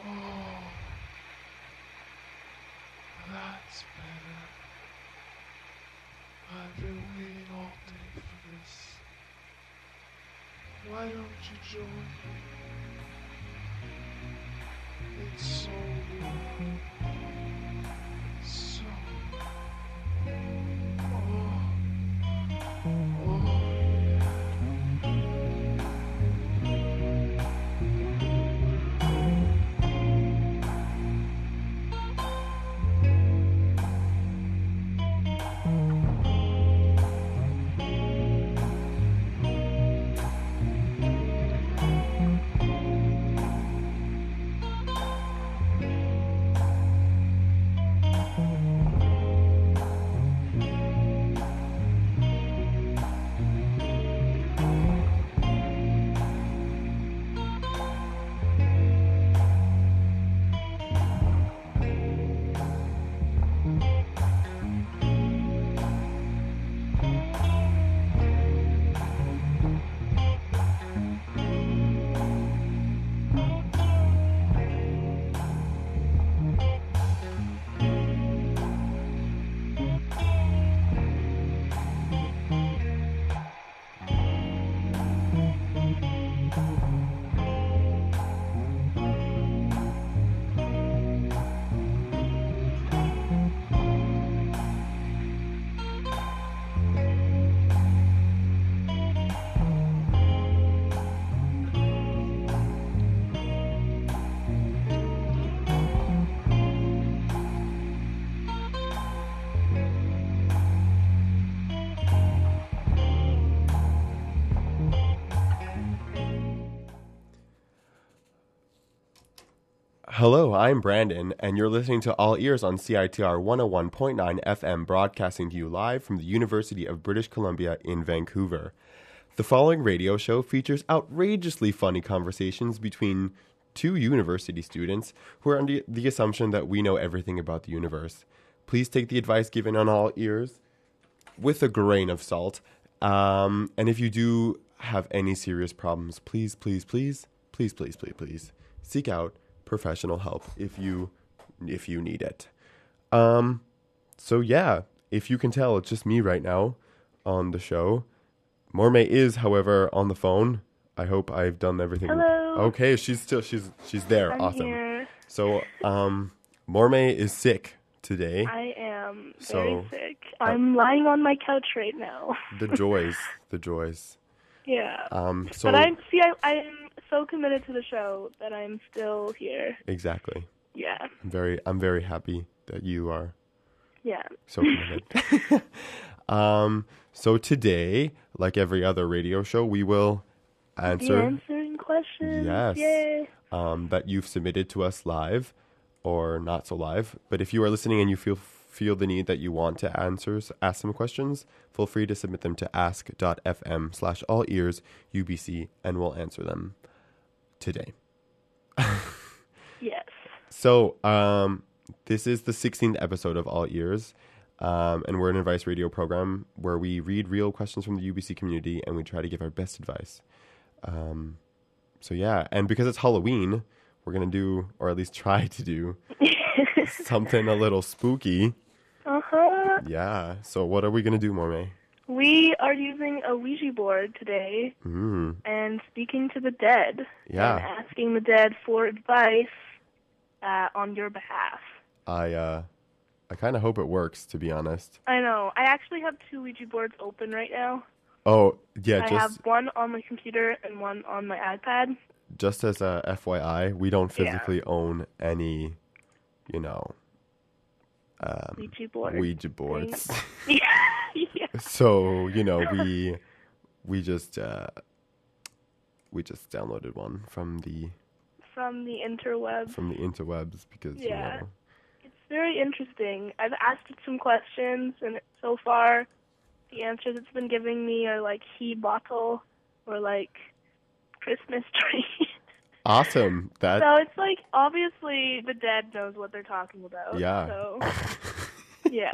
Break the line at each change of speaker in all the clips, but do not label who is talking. Oh, that's better. I've been waiting all day for this. Why don't you join me? It's so warm. So. Oh. Oh.
Hello, I'm Brandon, and you're listening to All Ears on CITR 101.9 FM, broadcasting to you live from the University of British Columbia in Vancouver. The following radio show features outrageously funny conversations between two university students who are under the assumption that we know everything about the universe. Please take the advice given on All Ears with a grain of salt. Um, and if you do have any serious problems, please, please, please, please, please, please, please seek out professional help if you if you need it. Um, so yeah, if you can tell, it's just me right now on the show. Mormay is, however, on the phone. I hope I've done everything.
Hello.
Okay, she's still she's she's there.
I'm
awesome.
here.
So, um, Mormay is sick today.
I am
So, uh,
very sick. I'm lying on my couch right now.
the joys, the joys.
Yeah.
Um, so
but I'm see, I, I'm so committed to the show that I'm still here.
exactly,
Yeah.
I'm very, I'm very happy that you are
Yeah.
so committed. um, so today, like every other radio show, we will
You're
answer
answering questions.
Yes.
Yay.
um, that you've submitted to us live or not so live. But if you are listening and you feel feel the need that you want to answers, ask some questions, feel free to submit them to ask.fm slash all ears UBC and we'll answer them today.
Yes.
So, um, this is the 16th episode of All Ears, um, and we're an advice radio program where we read real questions from the UBC community and we try to give our best advice. Um, so yeah, and because it's Halloween, we're gonna do, or at least try to do, something a little spooky.
Uh huh.
Yeah. So what are we gonna do, Mormay?
We are using a Ouija board today
Mm,
and speaking to the dead.
Yeah.
And asking the dead for advice uh, on your behalf.
I uh, I kind of hope it works, to be honest.
I know. I actually have two Ouija boards open right now.
Oh yeah,
I
just Um,
have one on my computer and one on my iPad.
just as a FYI, we don't
Yeah.
physically own any, you know, um,
Ouija board.
Ouija boards.
yeah. yeah.
so you know, we we just uh, we just downloaded one from the
from the interweb.
from the interwebs because
Yeah.
you know
It's very interesting. I've asked it some questions, and it- so far, the answers it's been giving me are like he bottle or like Christmas tree.
awesome that
so it's like obviously the dead knows what they're talking about.
Yeah.
So yeah.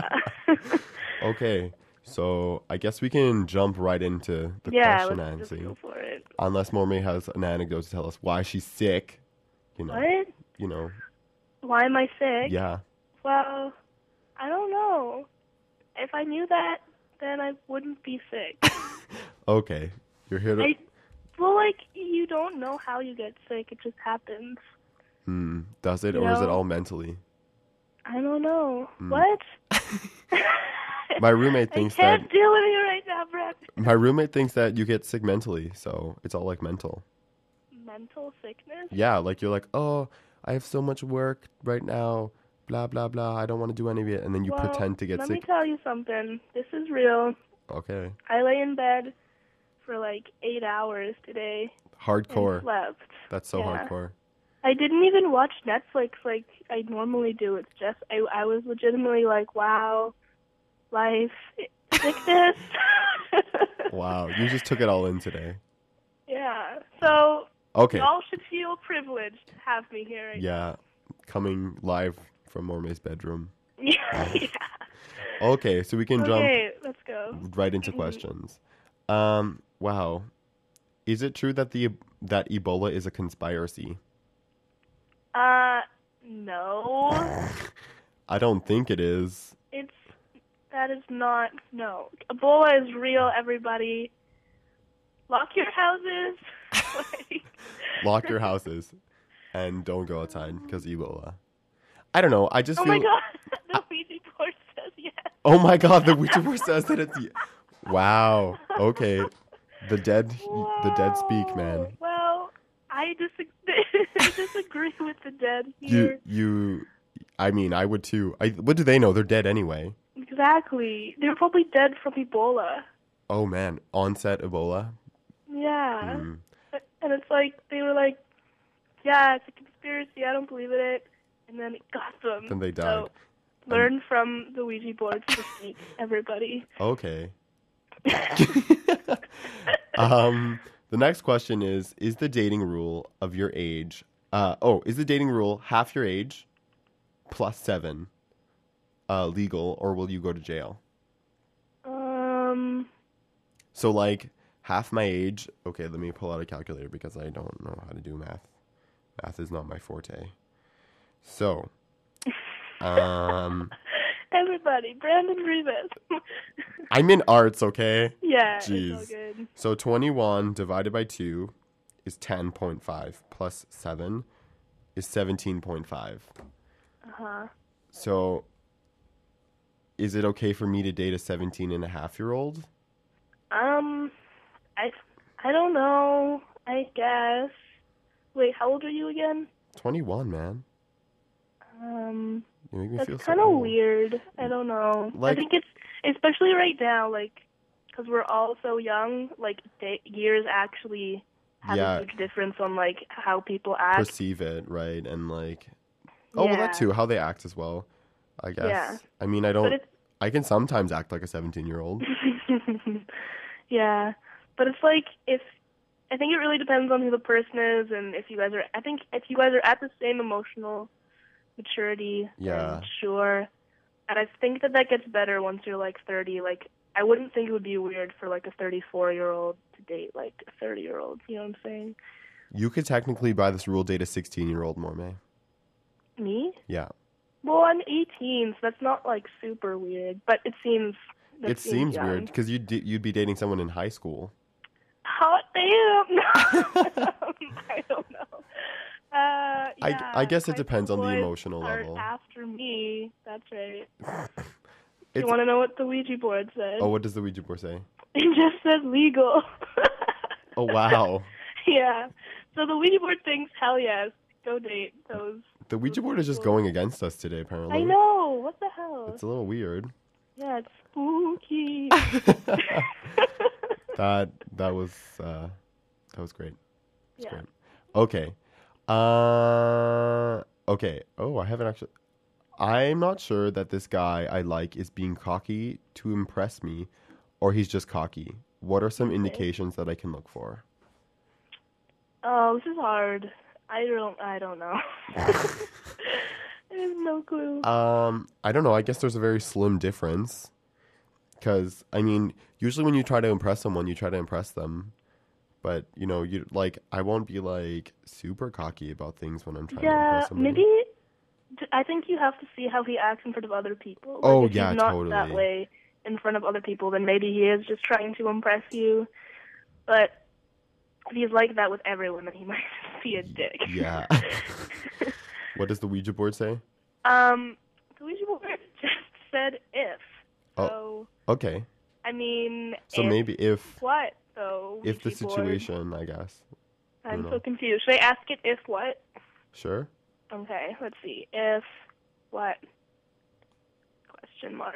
okay so i guess we can jump right into the
yeah.
question
Let's just
Nancy.
go for it.
unless mormon has an anecdote to tell us why she's sick you know
What?
you know
Why am I sick?
yeah
Well, I don't know. If I knew that, then I wouldn't be sick.
okay you're here to
I, well, like you don't know how you get sick; it just happens.
Hmm, does it or is it
No.
all mentally
I don't know.
Hmm.
What?
my roommate
I
thinks that
can't deal with you right now, Brett.
my roommate thinks that you get sick mentally so it's all like mental
Mental sickness?
yeah like you're like oh i have so much work right now blah blah blah i don't want to do any of it and then you
Well,
pretend to get
let
sick
me tell you something. This is real.
okay
I lay in bed for like eight hours today and
hardcore
slept.
that's so
yeah.
hardcore
I didn't even watch Netflix like I normally do. It's just I I was legitimately like, wow, life, sickness.
wow you just took it all in today
yeah. So
okay
y'all should feel privileged to have me here. Right
yeah coming live from mormey's bedroom
now. yeah.
okay so we can
Okay, let's go.
jump right into
Mhm.
questions um wow is it true that the e, that ebola is a conspiracy
Uh, no,
i don't think it is
it's that is not no. Ebola is real. Everybody, lock your houses. like,
lock your houses and don't go outside because Ebola. uh, I don't know. I just
oh
feel.
my god, the Ouija board says yes.
Oh my god! The Ouija board says that it's. Wow. Okay. The dead. The dead speak, man.
Well, I disagree, disagree with the dead
You.
here.
You. I mean, I would too. I, what do they know? They're dead anyway.
Exactly. They're probably dead from Ebola.
Oh man, onset Ebola.
Yeah.
Mm.
And it's like, they were like, yeah, it's a conspiracy. I don't believe in it. And then it got them.
Then they died. Um,
So learn from the Ouija board technique, everybody.
Okay. um, the next question is: Is the dating rule of your age? Uh, oh, is the dating rule half your age plus seven uh, legal, or will you go to jail?
Um,
So, like half my age. Okay, let me pull out a calculator because I don't know how to do math. Math is not my forte. So, um,
everybody. Brandon Rivas.
I'm in arts. Okay.
yeah, it's all
Jeez.
good.
So 21 divided by 2 is 10.5 plus 7 is 17.5.
Uh-huh.
So is it okay for me to date a 17 and a half year old?
Um, I, I don't know. I guess. Wait, how old are you again?
21, man.
Um,
You make me
that's
feel so
kind of
old.
weird. I don't know.
Like-
I think it's especially right now, like because we're all so young. Like da years actually have
Yeah.
a huge difference on like how people act.
Perceive it, right? And like Oh, well
Yeah.
that too, Oh, how they act as well. I guess.
Yeah.
I mean, I
But
don't
it's
I can sometimes act like a 17-year-old.
yeah, but it's like if I think it really depends on who the person is and if you guys are. I think if you guys are at the same emotional maturity, then
Yeah.
sure. And I think that that gets better once you're like 30. Like I wouldn't think it would be weird for like a 34 year old to date like a 30 year old. You know what I'm saying?
You could technically by this rule date a 16-year-old Mormay.
Me?
Yeah.
Well, I'm 18, so that's not like super weird, but it seems. that
it seems
young.
weird cuz you you'd be dating someone in high school.
Hot damn! I don't know. Uh, yeah,
I, I guess it
high
depends on
school
the
boys
emotional
are
level.
After me, that's right. Do
It's-
you want to know what the Ouija board said?
Oh, what does the Ouija board say?
It just says legal.
Oh, wow.
yeah. So the Ouija board thinks, hell yes, go date those.
the Ouija board is just going against us today, apparently.
I know. What the hell?
It's a little weird.
yeah, it's spooky.
That that was uh, that was great.
Yeah.
Great. Okay. Uh, okay. Oh, I haven't actually. I'm not sure that this guy I like is being cocky to impress me or he's just cocky. What are some indications that I can look for?
Oh, this is hard. I don't. I don't know. I have no clue.
Um, I don't know. I guess there's a very slim difference. Because, I mean, usually when you try to impress someone, you try to impress them. But, you know, you like, I won't be like super cocky about things when I'm trying to
yeah,
impress somebody.
maybe. d- I think you have to see how he acts in front of other people. Like,
Oh,
if
yeah,
he's not that
totally.
way in front of other people, then maybe he is just trying to impress you. But if he's like that with everyone, then he might be a dick.
Yeah. what does the Ouija board say?
Um, the Ouija board just said if.
Oh.
So
Okay.
I mean,
So
if
maybe if
what though?
if the
Ouija board?
situation, I guess.
I'm
know.
so confused. Should I ask it if what?
Sure.
Okay, let's see. If what? Question mark.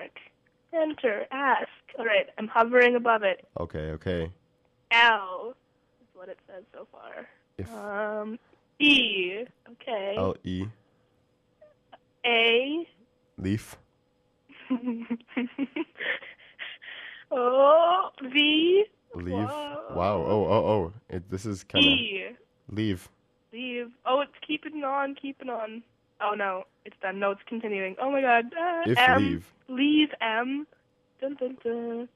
Enter. Ask. All right, I'm hovering above it.
Okay, okay.
L is what it says so far.
If
Um, E. Okay.
L E
A.
leaf.
o. V.
Leave.
Whoa.
Wow. Oh, oh, oh. It, this is kind of
E.
leave.
Leave. Oh, it's keeping on, keeping on. Oh no, it's done. No, it's continuing. Oh my god. Uh,
If
M.
leave.
Leave M. Dun, dun, dun.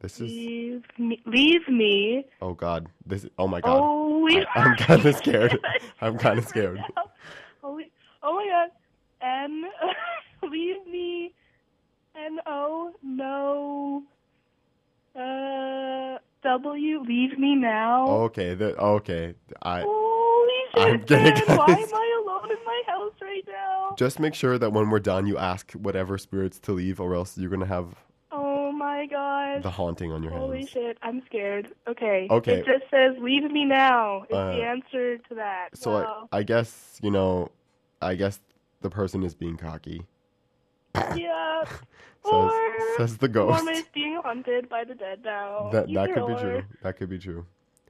This is
Leave me. Leave me.
Oh god. This Oh my god.
Oh, we.
I, am kind of scared. I'm kind of scared.
Holy, oh my god. N. leave me. N O. No. Uh. W. Leave me now.
Okay. The, Oh, okay. I
Holy shit,
I'm getting-
Ben, Why am I alone in my house right now?
just make sure that when we're done you ask whatever spirits to leave or else you're going to have
Oh my god.
the haunting on your
Holy
hands.
shit, I'm scared. Okay.
Okay.
It just says, leave me now, is
Uh,
the answer to that.
So
wow.
I, I guess, you know, I guess the person is being cocky.
yeah.
Says,
Or-
says the ghost.
Norma is being haunted by the dead now.
That that
Either
could be
or.
true. That could be true.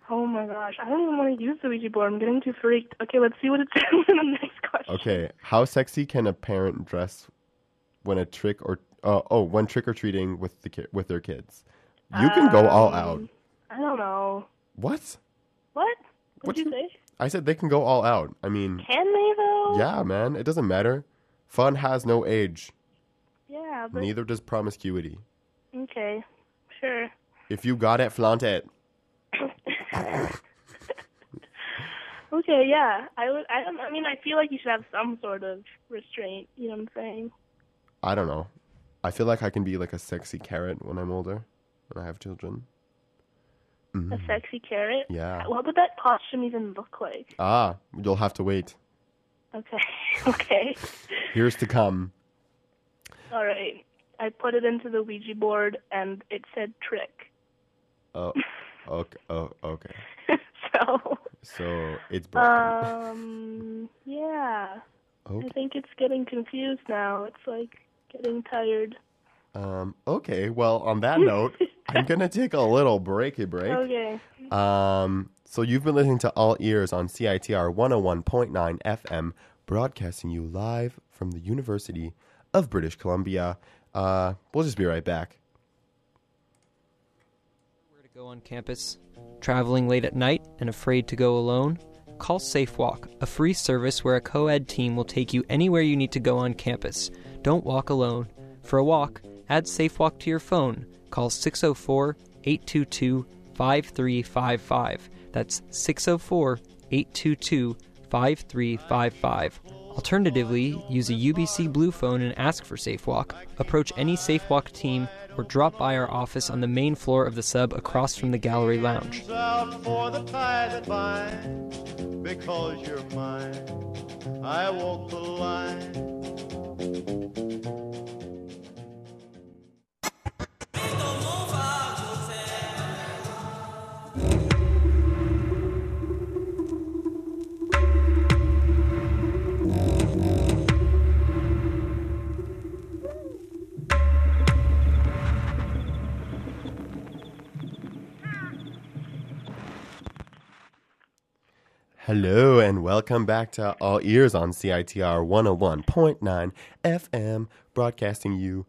Oh my gosh, I don't even want to use the Ouija board. I'm getting too freaked. Okay, let's see what it says in the next question.
Okay, how sexy can a parent dress when a trick or uh, oh when trick or treating with the ki- with their kids? You can go all out.
Um, I don't know.
What?
What? What
What's
did you
the-
say?
I said they can go all out. I mean,
Can they though?
yeah, man, it doesn't matter. Fun has no age.
Yeah, but
Neither does promiscuity.
okay, sure.
If you got it, flaunt it.
Okay, yeah. I would. I don't. I mean, I feel like you should have some sort of restraint. You know what I'm saying?
I don't know. I feel like I can be like a sexy carrot when I'm older, when I have children.
A sexy carrot.
Mm-hmm. Yeah.
What would that costume even look like?
Ah, you'll have to wait.
Okay. okay.
Here's to come.
All right. I put it into the Ouija board, and it said trick.
Oh, okay. Oh, okay.
so,
So it's broken.
Uh. um, yeah. I
okay.
think it's getting confused now. It's like getting tired.
Um, okay. Well, on that note, I'm gonna take a little breaky break.
Okay.
Um, so you've been listening to All Ears on CITR 101.9 FM, broadcasting you live from the University of British Columbia. Uh, we'll just be right back.
Where to go on campus, traveling late at night and afraid to go alone? Call SafeWalk, a free service where a co ed team will take you anywhere you need to go on campus. Don't walk alone. For a walk, add SafeWalk to your phone. Call 604 822 5355. That's 604 822 5355. Alternatively, use a UBC Blue phone and ask for SafeWalk. Approach any SafeWalk team or drop by our office on the main floor of the sub across from the gallery lounge.
out for the tie that binds because you're mine. I walk the line.
Hello and welcome back to All Ears on CITR 101.9 FM, broadcasting you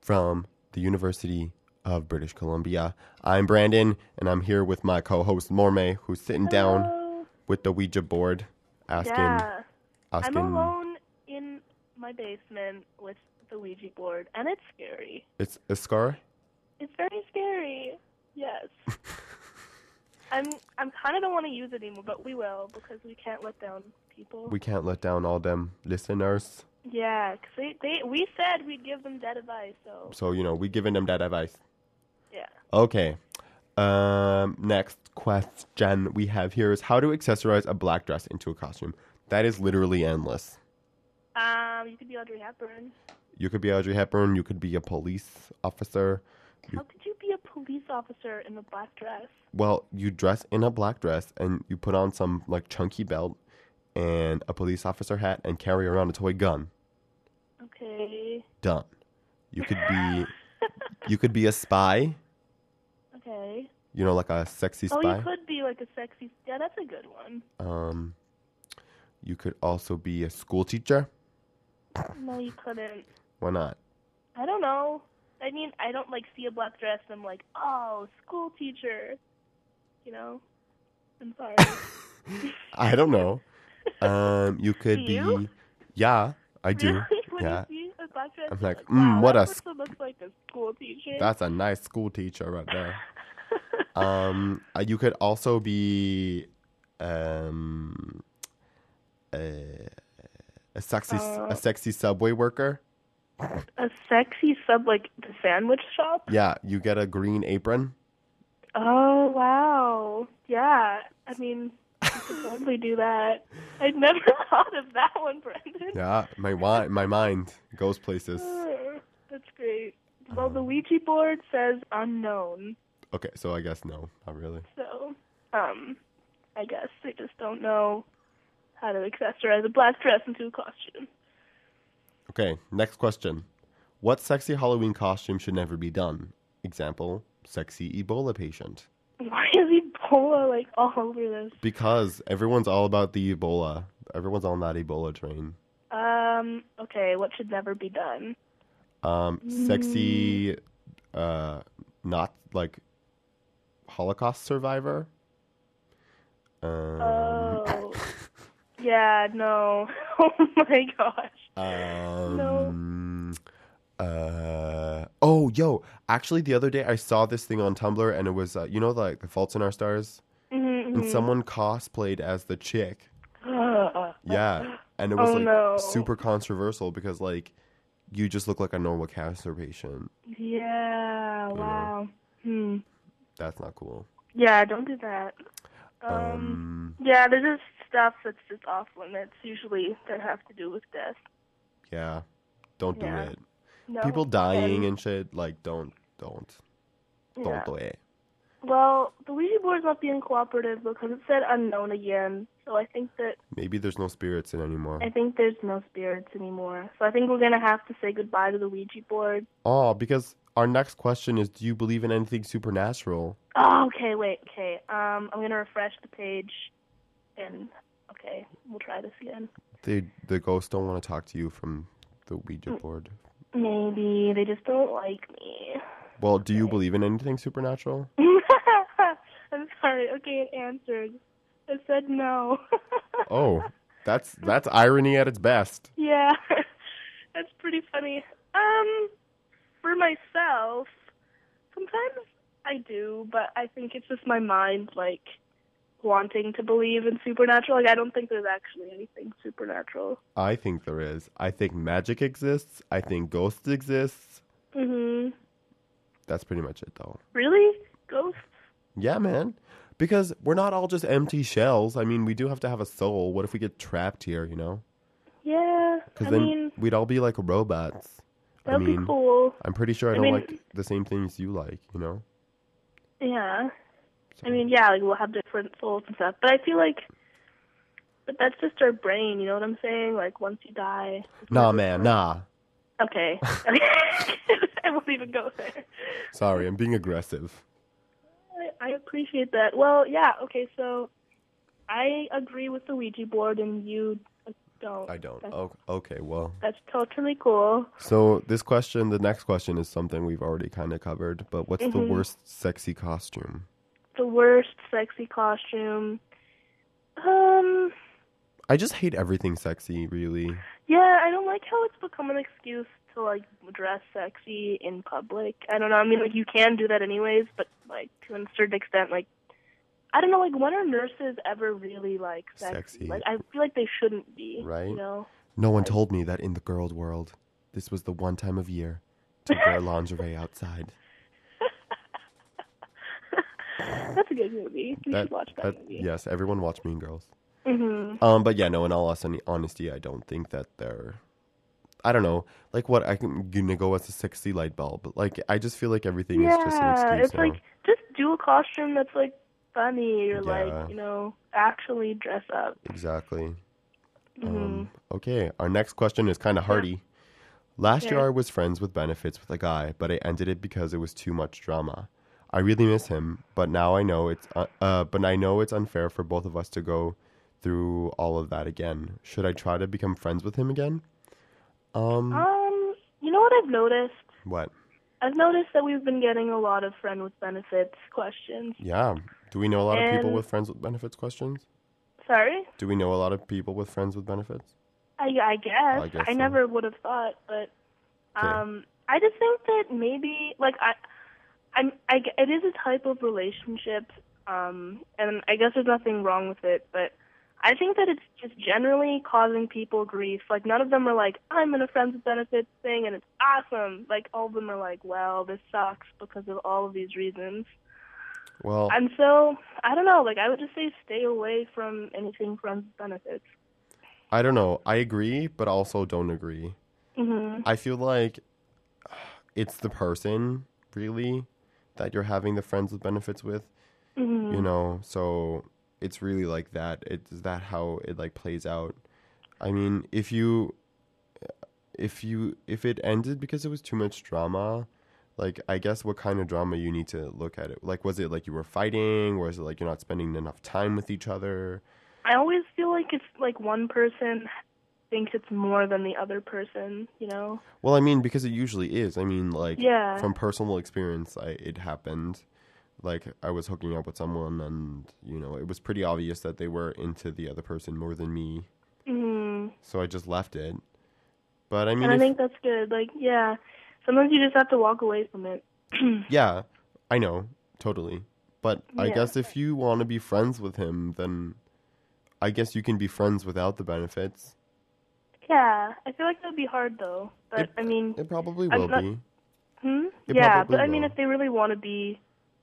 from the University of British Columbia. I'm Brandon and I'm here with my co host Morme, who's sitting down
Hello.
with the Ouija board asking.
Oh, Yeah. I'm
asking
alone in my basement with the Ouija board, and it's scary.
It's a scar?
It's very scary. Yes. I'm. I'm kind of don't want to use it anymore, but we will because we can't let down people.
We can't let down all them listeners.
Yeah, 'cause they, they we said we'd give them dead advice, so
So, you know, we giving them that advice.
yeah.
Okay. Um, next question we have here is how to accessorize a black dress into a costume. That is literally endless.
Um, you could be Audrey Hepburn.
You could be Audrey Hepburn. You could be a police officer.
How could you be a police officer in a black dress?
Well, you dress in a black dress and you put on some like chunky belt and a police officer hat and carry around a toy gun.
Okay.
Done. You could be, you could be a spy.
Okay.
You know, like a sexy
Oh,
spy.
you could be like a sexy. Yeah, that's a good one.
Um, you could also be a school teacher.
No, you couldn't.
Why not?
I don't know. I mean, I don't like see a black dress and I'm like, oh, school teacher. You know? I'm sorry.
I don't know. Um, you could
Do you?
be, yeah, I do.
Really? When
Yeah,
you see a black dress,
I'm
you're
like,
like,
mm,
wow,
what
that
a s-
person looks like a school teacher.
that's a nice school teacher right there. um, uh, you could also be, um, a, a sexy, s-
Uh,
a sexy subway worker.
a sexy sub like the sandwich shop.
Yeah, you get a green apron.
Oh wow, yeah. I mean, you could totally do that. I'd never thought of that one, Brendan.
Yeah, my wi- my mind goes places.
Ugh, That's great.
Um,
Well, the Ouija board says unknown,
Okay, so I guess no, not really.
so um, I guess they just don't know how to accessorize a black dress into a costume.
Okay, next question. What sexy Halloween costume should never be done? Example, sexy Ebola patient.
Why is Ebola like all over this?
Because everyone's all about the Ebola. Everyone's on that Ebola train.
Um, okay, what should never be done?
Um, sexy, uh, not like Holocaust survivor. Um,
Oh. yeah, no. Oh my gosh.
Um, Uh, oh, yo! Actually, the other day I saw this thing on Tumblr, and it was uh, you know like the Faults in Our Stars,
Mm-hmm,
and someone cosplayed as the chick.
Ugh.
Yeah, and it was
Oh,
like
no.
super controversial because like you just look like a normal cancer patient.
yeah, wow. Hmm.
That's not cool.
Yeah, don't do that. Um,
Um,
yeah, there's just stuff that's just off limits, usually, that have to do with death.
yeah, don't do
Yeah.
it.
No,
People dying
and-
and shit. Like, don't, don't, don't
yeah.
do it.
Well, the Ouija board's not being cooperative because it said unknown again, so I think that
Maybe there's no spirits in anymore.
I think there's no spirits anymore. So I think we're gonna have to say goodbye to the Ouija board.
Oh, because our next question is, do you believe in anything supernatural?
Oh, okay, wait, okay. Um, I'm gonna refresh the page, and okay, we'll try this again.
The the ghosts don't want to talk to you from the Ouija
Mm.
board.
Maybe they just don't like me.
Well, do you believe in anything supernatural?
I'm sorry. Okay, it answered. It said no.
Oh, that's that's irony at its best.
yeah, that's pretty funny. Um, for myself, sometimes I do, but I think it's just my mind like wanting to believe in supernatural. Like I don't think there's actually anything supernatural.
I think there is. I think magic exists. I think ghosts exists.
Mhm.
That's pretty much it, though.
Really? Ghosts?
Yeah, man. Because we're not all just empty shells. I mean, we do have to have a soul. What if we get trapped here? You know?
Yeah.
Because
I
then
mean,
we'd all be like robots.
that'd
I mean,
be cool.
I'm pretty sure I
I
don't
mean-
like the same things you like. You know?
Yeah.
So-
I mean, yeah, like we'll have different souls and stuff. But I feel like, but that's just our brain. You know what I'm saying? Like once you die. it's
Nah,
never-
man, nah.
Okay. I won't even go there.
Sorry, I'm being aggressive.
I, I appreciate that. Well, yeah. Okay, so I agree with the Ouija board, and you don't.
I don't.
That's,
Oh, okay, well.
that's totally cool.
So this question, the next question is something we've already kind of covered, but what's
Mm-hmm.
the worst sexy costume?
The worst sexy costume. Um.
I just hate everything sexy, really.
Yeah, I don't like how it's become an excuse to like dress sexy in public. I don't know. I mean, like you can do that anyways, but like to a certain extent, like I don't know. Like when are nurses ever really like sexy?
Sexy.
Like I feel like they shouldn't be.
Right.
You know.
No one told me that in the girl world, this was the one time of year to wear lingerie outside.
That's a good movie. You should watch that, movie.
Yes, everyone watch Mean Girls.
Mhm.
Um, but yeah, no. In all hon- honesty, I don't think that they're. I don't know, like what I can gonna go as a sexy light bulb, but like I just feel like everything is just an
Yeah,
excuse
it's
now.
like just do a costume that's like funny
Yeah.
or like you know actually dress up.
Exactly. Um, okay, our next question is kind of hardy. Last year, I was friends with benefits with a guy, but I ended it because it was too much drama. I really miss him, but now I know it's uh, uh, but I know it's unfair for both of us to go through all of that again. Should I try to become friends with him again? Um,
Um, you know what I've noticed?
what?
I've noticed that we've been getting a lot of friend with benefits questions.
Yeah. Do we know a lot of people
And-
with friends with benefits questions?
Sorry,
Do we know a lot of people with friends with benefits?
I, I guess
I guess so.
never would have thought, but
Okay.
um, I just think that maybe like I, I'm I g it is a type of relationship, um, and I guess there's nothing wrong with it, but I think that it's just generally causing people grief. Like none of them are like I'm in a friends with benefits thing and it's awesome. Like all of them are like, well, this sucks because of all of these reasons.
Well,
And so I don't know. Like I would just say, stay away from anything friends with benefits.
I don't know. I agree, but also don't agree.
hmm
I feel like it's the person really that you're having the friends with benefits with,
hmm
you know. So it's really like that. It's that how it like plays out. I mean, if you if you if it ended because it was too much drama, like I guess what kind of drama you need to look at it. Like was it like you were fighting? Was it like you're not spending enough time with each other?
I always feel like it's like one person thinks it's more than the other person. You know?
Well, I mean, because it usually is. I mean, like
Yeah.
from personal experience, I, it happened. Like I was hooking up with someone, and you know, it was pretty obvious that they were into the other person more than me.
hmm
So I just left it. But I mean,
And I
if-
think that's good. Like yeah, sometimes you just have to walk away from it.
yeah, I know totally. But I
Yeah.
guess if you want to be friends with him, then I guess you can be friends without the benefits.
Yeah, I feel like that would be hard though. But
It-
I mean,
It probably
I'm
will
not-
be.
hmm?
it
yeah.
probably
But I mean,
will.
if they really want to be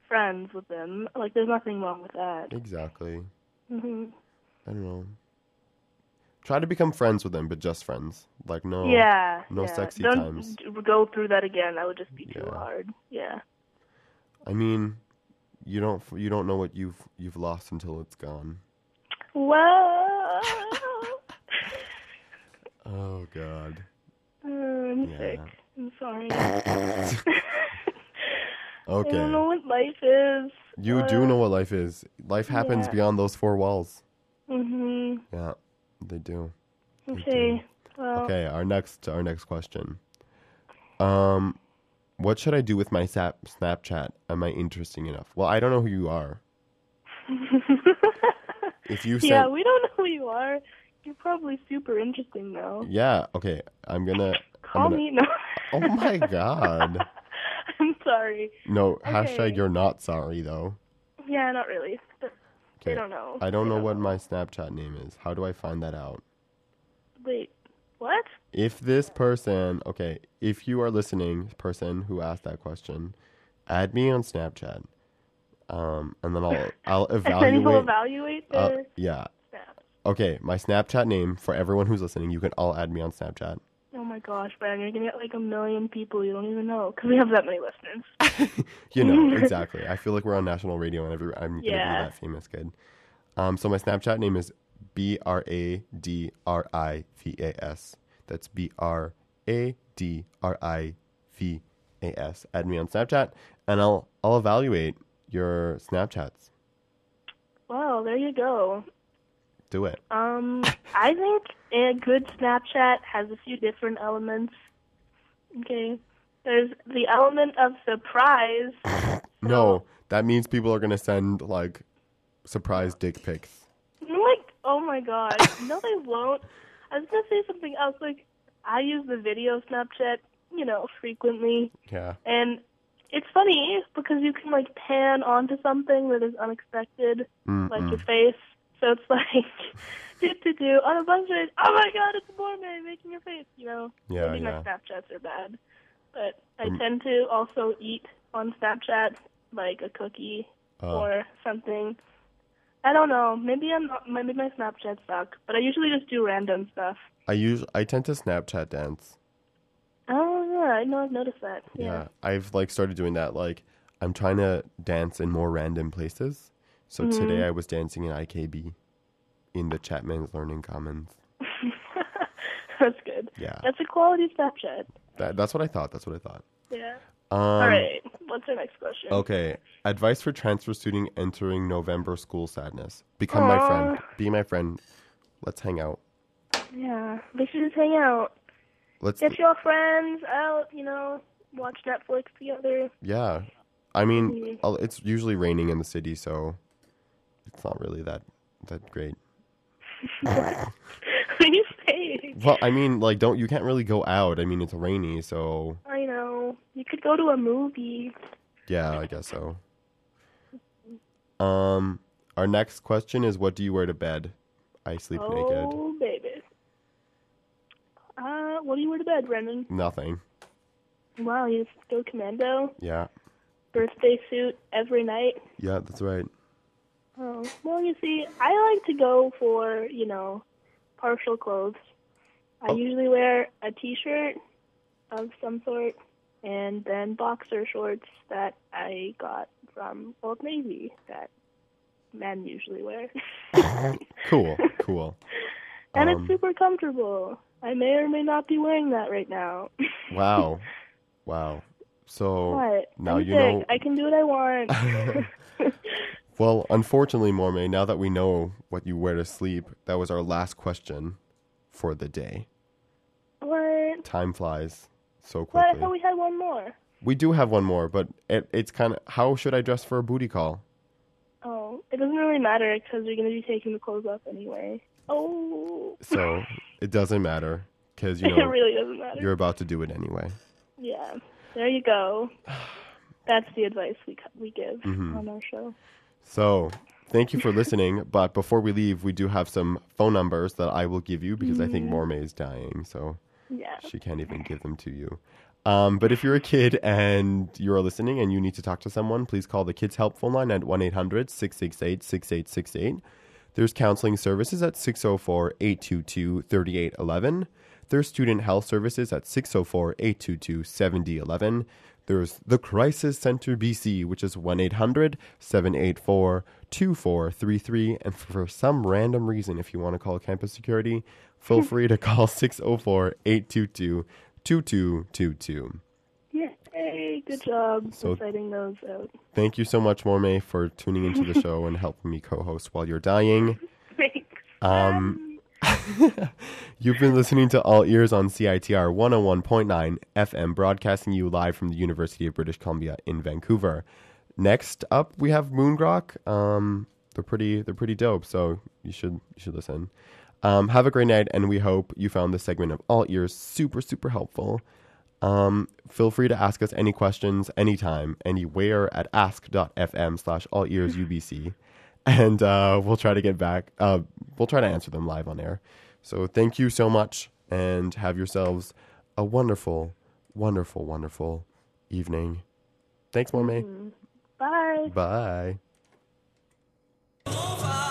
friends with them, like there's nothing wrong with that.
Exactly.
hmm
I don't know. Try to become friends with them, but just friends. Like no.
yeah.
Oh, no
yeah.
sexy
Don't
times.
d- go through that again. That would just be too
Yeah.
hard. Yeah.
I mean, you don't you don't know what you've you've lost until it's gone.
Well,
Oh God.
Uh, I'm
Yeah.
sick. I'm sorry. I don't know
Okay.
what life is.
You do know what life is. Life happens
yeah.
beyond those four walls.
hmm
Yeah, they do.
Okay. Well,
Okay, our next our next question. Um, what should I do with my sap- Snapchat? Am I interesting enough? Well, I don't know who you are. If you said
yeah, we don't know who you are. You're probably super interesting though.
yeah, okay, I'm gonna
Call
I'm gonna,
me. No,
Oh my God.
I'm sorry.
No,
Okay.
hashtag you're not sorry though.
Yeah, not really. But
Okay.
They don't know.
I don't
They
know
don't
what my Snapchat name is. How do I find that out?
wait, what?
If this person, okay, if you are listening, person who asked that question, add me on Snapchat, um, and then I'll I'll
And then you'll
evaluate.
evaluate
uh,
their
yeah.
snaps.
Okay, my Snapchat name for everyone who's listening, you can all add me on Snapchat.
Oh my gosh, Brian, you're gonna get like a million people you don't even know because we have that many listeners.
You know exactly. I feel like we're on national radio, and every I'm
Yeah.
gonna be that famous kid. Um, so my Snapchat name is B R A D R I V A S. That's B R A D R I V A S. Add me on Snapchat, and I'll I'll evaluate your Snapchats.
Well, there you go.
do it?
Um, I think a good Snapchat has a few different elements. Okay. There's the element of surprise.
No, that means people are gonna send like surprise dick pics.
I'm like, oh my god. No, they won't. I was gonna say something else. Like, I use the video Snapchat, you know, frequently,
Yeah.
and it's funny because you can like pan onto something that is unexpected, like your face. So it's like, do do do on a bunch of oh my god, it's Mormon making your face. You know,
Yeah,
maybe
yeah. Mm.
my Snapchats are bad, but I tend to also eat on Snapchat, like a cookie
Oh.
or something. I don't know. Maybe I'm not, maybe my Snapchat suck, but I usually just do random stuff.
I use I tend to Snapchat dance.
Oh yeah, I know. I've noticed that.
Yeah.
Yeah.
I've like started doing that. Like I'm trying to dance in more random places. So today I was dancing in IKB in the Chapman's Learning Commons.
That's good.
Yeah.
That's a quality Snapchat.
That, that's what I thought. That's what I thought.
Yeah.
Um,
All right. What's our next question?
Okay. Advice for transfer student entering November school sadness. Become my friend. Be my friend. Let's hang out.
Yeah. They should just hang out.
Let's
Get your friends out, you know, watch Netflix together.
Yeah. I mean, I'll- it's usually raining in the city, so it's not really that that great.
what are you saying?
Well, I mean, like don't you can't really go out. I mean, it's rainy, so
I know. You could go to a movie.
yeah, I guess so. Um our next question is what do you wear to bed? I sleep naked.
Oh, baby. Uh, what do you wear to bed, Brendan?
Nothing.
Wow, you just go commando,
Yeah.
birthday suit every night.
Yeah, that's right.
Oh, well, you see, I like to go for, you know, partial clothes. I
Oh.
usually wear a t shirt of some sort and then boxer shorts that I got from Old Navy that men usually wear.
Cool. Cool.
and
Um,
it's super comfortable. I may or may not be wearing that right now.
Wow. Wow. So
but
Oh, now
I'm
you
sick.
know
I can do what I want.
Well, unfortunately, Mormay, now that we know what you wear to sleep, that was our last question for the day.
what?
Time flies so
But I
quickly.
thought
we-,
we had one more.
do have one more, but it, it's kind of how should I dress for a booty call?
Oh, it doesn't really matter because you're going to be taking the clothes off anyway. Oh,
So it doesn't matter because you
it
know
really doesn't matter.
you're about to do it anyway.
Yeah, there you go. That's the advice we co- we give
Mm-hmm.
on our show.
So thank you for listening. but before we leave, we do have some phone numbers that I will give you because I think Mormay is dying. So.
Yeah.
She can't even give them to you. Um, but if you're a kid and you're listening and you need to talk to someone, please call the Kids Help phone line at 1 800 668 6868. There's counseling services at 604 822 3811. There's student health services at 604 822 7011. There's the Crisis Center BC, which is 1 800 784 2433. And for some random reason, if you want to call campus security, feel free to call 604 822 2222.
Yay! Good job
So-
deciding those out.
Thank you so much, Mormay, for tuning into the show and helping me co host while you're dying.
Thanks.
Um, you've been listening to All Ears on CITR 101.9 FM, broadcasting you live from the University of British Columbia in Vancouver. Next up, we have Moongrok. Um, they're pretty, they're pretty dope. So you should, you should listen. Um, have a great night, and we hope you found this segment of All Ears super, super helpful. Um, feel free to ask us any questions anytime, anywhere at ask.fm slash all ears UBC. And uh, we'll try to get back, uh, we'll try to answer them live on air. So thank you so much and have yourselves a wonderful, wonderful, wonderful evening. Thanks, Mormay.
Bye.
Bye.
over.